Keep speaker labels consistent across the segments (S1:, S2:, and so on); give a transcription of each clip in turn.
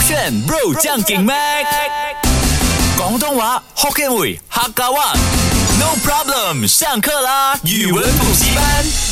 S1: 选 Bro 将劲 Mac，广东话 Hokkien 语客家话。No problem，上课啦！语文补习班，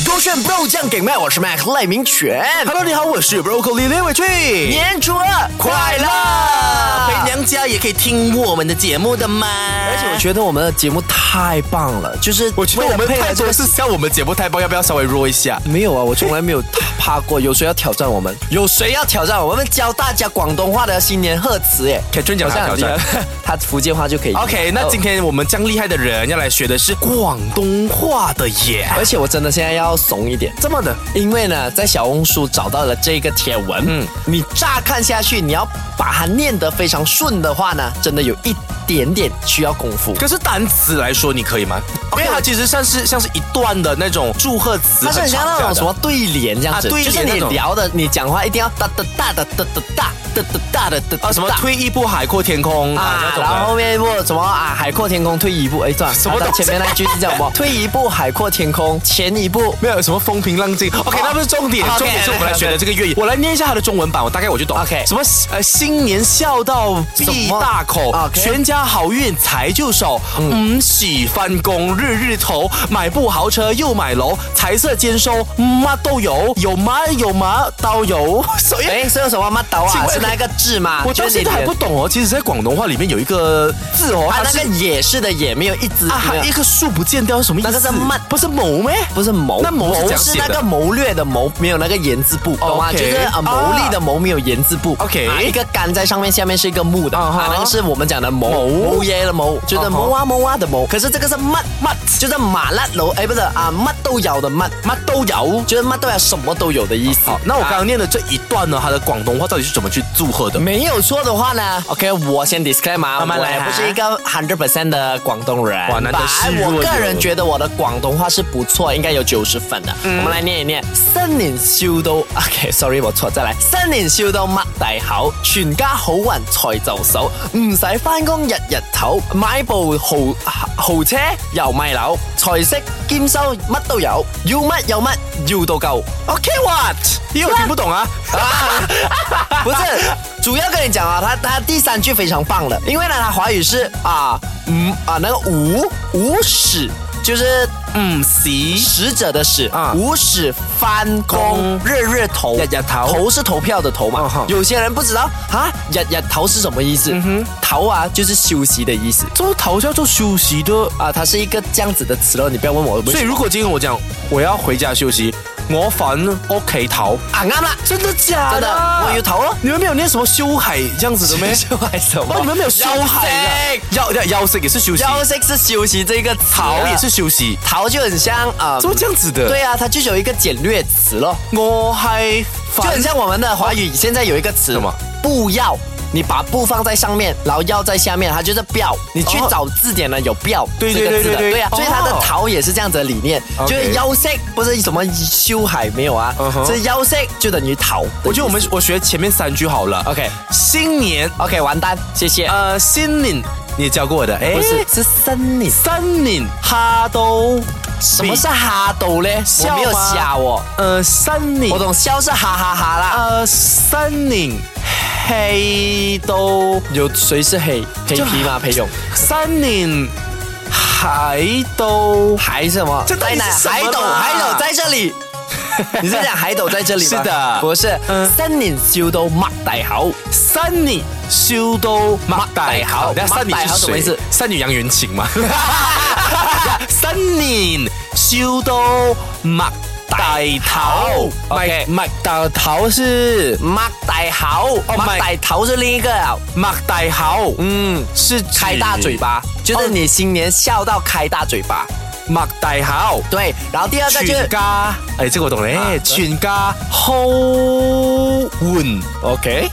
S2: 勾选 bro 酱给麦，我是 Mac 赖明全。
S3: Hello，你好，我是 Broccoli 李伟俊。
S2: 年初二快乐！
S3: 回娘家也可以听我们的节目的嘛。而
S2: 而且我觉得我们的节目太棒了，就是
S3: 我觉得
S2: 为了
S3: 我们
S2: 配合
S3: 太
S2: 这
S3: 多
S2: 个
S3: 是像我们节目太棒，要不要稍微弱一下？
S2: 没有啊，我从来没有怕过。有谁要挑战我们？有谁要挑战我们？我们教大家广东话的新年贺词耶！
S3: Catherine 讲
S2: 他
S3: 他
S2: 很厉害
S3: 挑
S2: 他福建话就可以。
S3: OK，那今
S2: 哦
S3: 天我们这样厉害的人要来学的是广东话的耶。
S2: 而且我真的现在要怂一点，
S3: 这么的，
S2: 因为呢，在小红书找到了这个帖文，嗯
S3: 嗯，
S2: 你乍看下去，你要把它念得非常顺的话呢，真的有一点点需要功夫。
S3: 可是单词来说你可以吗？因为它其实像是像是一段的那种祝贺词，
S2: 它是很像那种什么哦对联这样子，
S3: 啊对
S2: 就是
S3: 联
S2: 你
S3: 那种
S2: 聊的，你讲话一定要哒哒哒哒哒哒哒哒哒哒的哒哒
S3: 啊什么退一步海阔天空啊
S2: 啊
S3: 那，种
S2: 然后
S3: 的。
S2: 后面一步什么啊，海阔天空退一步，哎，算了，
S3: 什么
S2: 它
S3: 东西
S2: 前面那句是叫 什么？退一步海阔天空，前一步
S3: 没有什么风平浪静，OK，
S2: 哦
S3: 那不是重点
S2: OK，
S3: 重点是我们来学的这个粤语。
S2: 对
S3: 我来念一下它的中文版，我大概我就懂。
S2: OK
S3: 什么呃，新年笑到闭大口
S2: 什么 OK
S3: 全家好运财就手，嗯，喜翻工日日头，买部豪车又买楼，财色兼收，妈都有，有嘛有嘛都有。 所以
S2: 哎，是用什么吗？倒
S3: 请
S2: 啊，
S3: 问
S2: 是那个字吗？
S3: 我到
S2: 就是
S3: 现
S2: 你
S3: 在还
S2: 的
S3: 不懂哦。其实，在广东话里面有一个字哦，
S2: 啊，
S3: 它
S2: 那
S3: 是
S2: 个也是的，也没有一直
S3: 啊，
S2: 没有
S3: 一个树不见雕是什么意思？
S2: 那个是慢
S3: 不是谋咩？
S2: 不是谋，
S3: 那谋是怎样
S2: 是
S3: 写
S2: 那
S3: 的
S2: 个谋略的谋，没有那个言字部，懂吗？就
S3: OK
S2: 是啊，谋利的谋没有言字部。
S3: OK
S2: 啊一个干在上面，下面是一个木的，
S3: 啊哈
S2: 啊，那个是我们讲的谋
S3: 谋
S2: 谋耶的谋，就是
S3: 啊哈
S2: 谋啊谋啊的谋。可是这个是乜乜，就是麻辣楼，哎，不是啊，乜都有的乜，乜都有，就是乜都有，什么都有的意思。啊
S3: 好，那我刚刚念的这一段呢，它的广东话到底是怎么去祝贺的？
S2: 没有错的话呢，OK，我先 disclaim 啊，
S3: 慢慢来
S2: 我也
S3: 哈
S2: 不是一个 hundred percent 的广东人，
S3: 哇难得
S2: 本来
S3: 示弱
S2: 我个人
S3: 有
S2: 觉得我的广东话是不错，应该有九十分的。
S3: 嗯
S2: 我们来念一念：新年笑到，OK，sorry，、我错，再来。新年笑到擘大口，全家好運財就手，唔使翻工日日唞，買部豪豪車又咪樓，財色兼收乜都有，要乜有乜，要到夠。
S3: OK，what？因为我听不懂啊。
S2: 不是，主要跟你讲啊，他他第三句非常棒的，因为呢，他华语是啊，嗯啊那个无无使就是
S3: 嗯，行。
S2: 使者的使
S3: 啊
S2: 无使翻工
S3: 工
S2: 日日头啊
S3: 日日头
S2: 头是投票的投嘛
S3: 嗯哼，
S2: 有些人不知道啊，日日头是什么意思？头啊就是休息的意思
S3: 做头叫做休息的，
S2: 啊，它是一个这样子的词咯，你不要问我，
S3: 所以如果今天我讲我要回家休息，我反 OK 逃，
S2: 啊啱啦，
S3: 真的假
S2: 真的我有头咯，
S3: 你们没有念什么休海这样子 的咩？
S2: 就还什么
S3: 哦，你们没有
S2: 啊
S3: 休海的，腰腰腰式也是休息，
S2: 休息是休息这个词啊
S3: 逃也是休息，
S2: 桃就很像啊，
S3: 怎么这样子的？
S2: 对，啊，它就有一个简略词咯，
S3: 我还
S2: 就很像我们的华语现在有一个词
S3: 什么
S2: 不要。你把“不”放在上面，然后“要”在下面，它就是“标”。你去
S3: 哦
S2: 找字典呢，有“标”
S3: 对
S2: 这个
S3: 对
S2: 字的，
S3: 对对对
S2: 对啊。所以它的
S3: 哦
S2: “逃”也是这样子的理念，
S3: OK
S2: 就是“休息”不是什么修海没有啊
S3: 嗯，哼
S2: 是“休息”就等于“逃”的意思。
S3: 我觉得我们我学前面三句好了。
S2: OK
S3: 新年，
S2: OK 完蛋，谢谢。
S3: 呃，新年你也教过我的，哎
S2: 不是，是森林。
S3: 三年哈都，
S2: 什么是哈斗嘞？我没有
S3: 笑吗啊
S2: 笑哦，
S3: 呃三年
S2: 我懂笑是哈哈哈啦。
S3: 呃，三岭黑都，
S2: 有谁是黑黑
S3: 就
S2: 皮吗？裴勇。
S3: 三岭海都，
S2: 海什么？
S3: 这到底是
S2: 在哪
S3: 什么
S2: 海斗，
S3: 啦
S2: 海斗在这 里。你是讲海斗在这里吗？
S3: 是的
S2: 不是。
S3: 嗯
S2: 三年修都擘大口，
S3: 三岭修都马代
S2: 好
S3: 好。那三岭
S2: 马代好
S3: 是
S2: 什么意
S3: 谁
S2: 思？
S3: 三女杨元 琴吗？三岭修都马代头，
S2: OK
S3: 麦代头是
S2: 擘大口，
S3: Oh
S2: 擘
S3: my-
S2: 大头是另一个了。
S3: 马代好，嗯，是指
S2: 开大嘴。巴，就是
S3: 哦
S2: 你新年笑到开大嘴巴。
S3: 马代好，
S2: 对，然后第哦二个就是
S3: 全家，哎，这个我懂嘞
S2: 啊，
S3: 全家好运。
S2: OK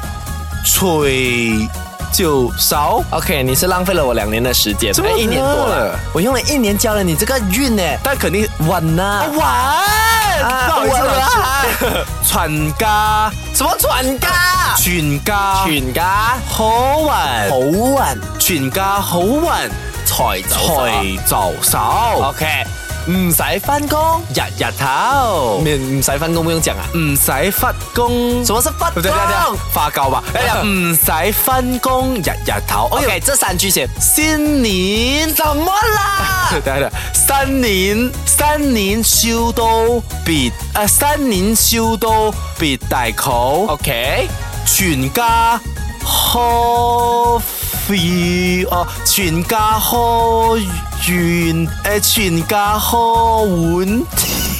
S3: 吹就少。
S2: OK，你是浪费了我两年的时间，
S3: 真的
S2: 哎一年多了，我用了一年教了你这个韵呢，哦
S3: 但肯定
S2: 稳呐，
S3: 晚，
S2: 啊
S3: 不好意思，
S2: 晚
S3: 老师全家
S2: 什么船家？
S3: 全家
S2: 全家
S3: 好运，
S2: 好运
S3: 全家好运，
S2: 财就手
S3: 財就手。
S2: OK，唔使翻工，
S3: 日日頭，
S2: 唔唔使翻工不用讲啊。
S3: 唔使發工。
S2: 什么是翻
S3: 對對對
S2: 工？
S3: 發夠吧？哎呀，唔使翻工，日日頭。哎呀
S2: OK，这三句先。
S3: 新年
S2: 怎么啦？
S3: 等下， 新年新年笑到別啊，新年笑到別大口。
S2: OK，
S3: 全家開肥哦，全家開圓誒，全家開碗。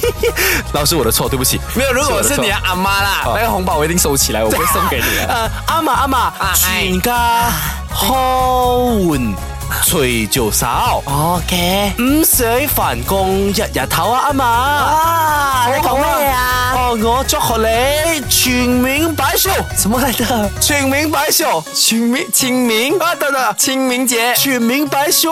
S3: 老師，我的錯，對不起。
S2: 没有，如果
S3: 我的啊
S2: 是
S3: 错
S2: 你的阿妈啦，那个红包我一定收起来，我不会送给你的。
S3: 呃，阿嫲阿嫲，
S2: 係
S3: 全家開碗，除做手，
S2: OK，
S3: 唔使返工，日日唞啊，阿嫲。
S2: 啊，你讲咩啊？
S3: 哦，我祝賀你全面擺笑，
S2: 什么来着？
S3: 全面擺笑。
S2: 清明，清明，
S3: 啊，等等。
S2: 清明节，
S3: 全面擺笑，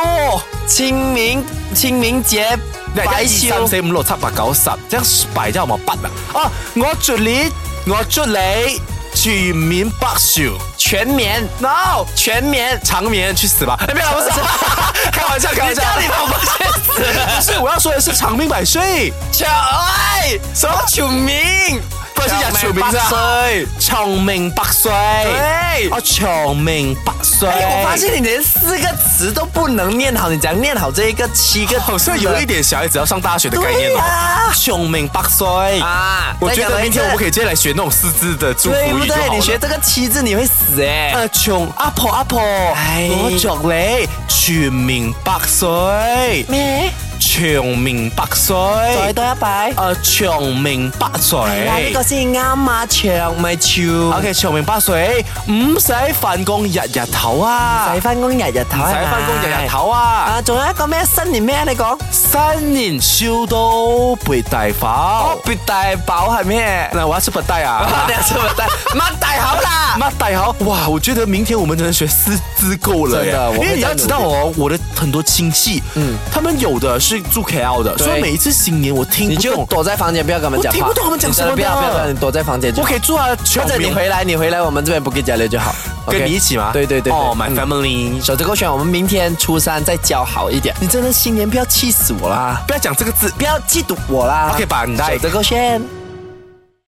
S2: 清明，清明节，白
S3: 一二三
S2: 秋。
S3: 四五六七八九十，即係擺咗我筆啊！哦，我祝你，我祝你全面白笑
S2: 全棉，
S3: ，no，
S2: 全棉。
S3: 长眠去死吧！哎，没有，不是，开玩笑，开玩笑，
S2: 你叫你老婆去死！
S3: 不是，我要说的是长命百岁，
S2: 小爱，哎什么全棉？
S3: 不是讲全名字
S2: 百
S3: 啊，
S2: 岁。
S3: 长命百歲，
S2: 对
S3: 哦，長命百歲。
S2: 哎、我发现你连四个词都不能念好，你怎样念好这一个七个字呢？
S3: 好像有一点小孩子要上大学的概念
S2: 对
S3: 哦。
S2: 呀、
S3: 长命百歲
S2: 啊
S3: 我觉
S2: 再讲
S3: 得
S2: 多一
S3: 明天
S2: 次
S3: 我们可以直接来学那种四字的祝福
S2: 对不
S3: 语就好
S2: 对？
S3: 了。
S2: 你学这个七字你会死哎、
S3: 啊，從阿婆阿婆，
S2: 唉
S3: 我祝你全哎命百歲，
S2: 咩？
S3: 長命百歲，
S2: 再多一擺。
S3: 啊，長命百
S2: 哇，呢、
S3: 歲
S2: 个。先啱啊，長咪潮。
S3: OK，長命百歲，唔使返工日日唞啊，
S2: 使翻工日日頭
S3: 唔
S2: 啊，
S3: 使返工日日唞啊，
S2: 啊，仲有一個咩新年咩啊？你 講
S3: 新年笑到背大飽。
S2: 別大飽係咩？
S3: 那我要吃白帶啊
S2: 啊，！等下先 我大擘大口啦！
S3: 妈带好哇！我觉得明天我们只能学四字够了耶
S2: 真的我，会
S3: 因为你要知道哦，我的很多亲戚，嗯，他们有的是住 KL 的，
S2: 对
S3: 所以每一次新年我听
S2: 你
S3: 不
S2: 就
S3: 懂，
S2: 躲在房間，不要跟他們講話。
S3: 我聽不懂他們講什麼的
S2: 你真的不要不要不要，你躲在房間就
S3: 我
S2: 好。
S3: 可以住啊，小
S2: 或者你
S3: 明
S2: 回来，你回来我们这边不给交流就好，
S3: 跟
S2: OK？
S3: 你一起吗？
S2: 对对对对
S3: 哦，My
S2: 嗯
S3: family，
S2: 手指勾选，我们明天初三再教好一点。你真的新年不要气死我啦，
S3: 不要讲这个字
S2: 不要嫉妒我啦。
S3: ，OK 吧？你带
S2: 手指勾选。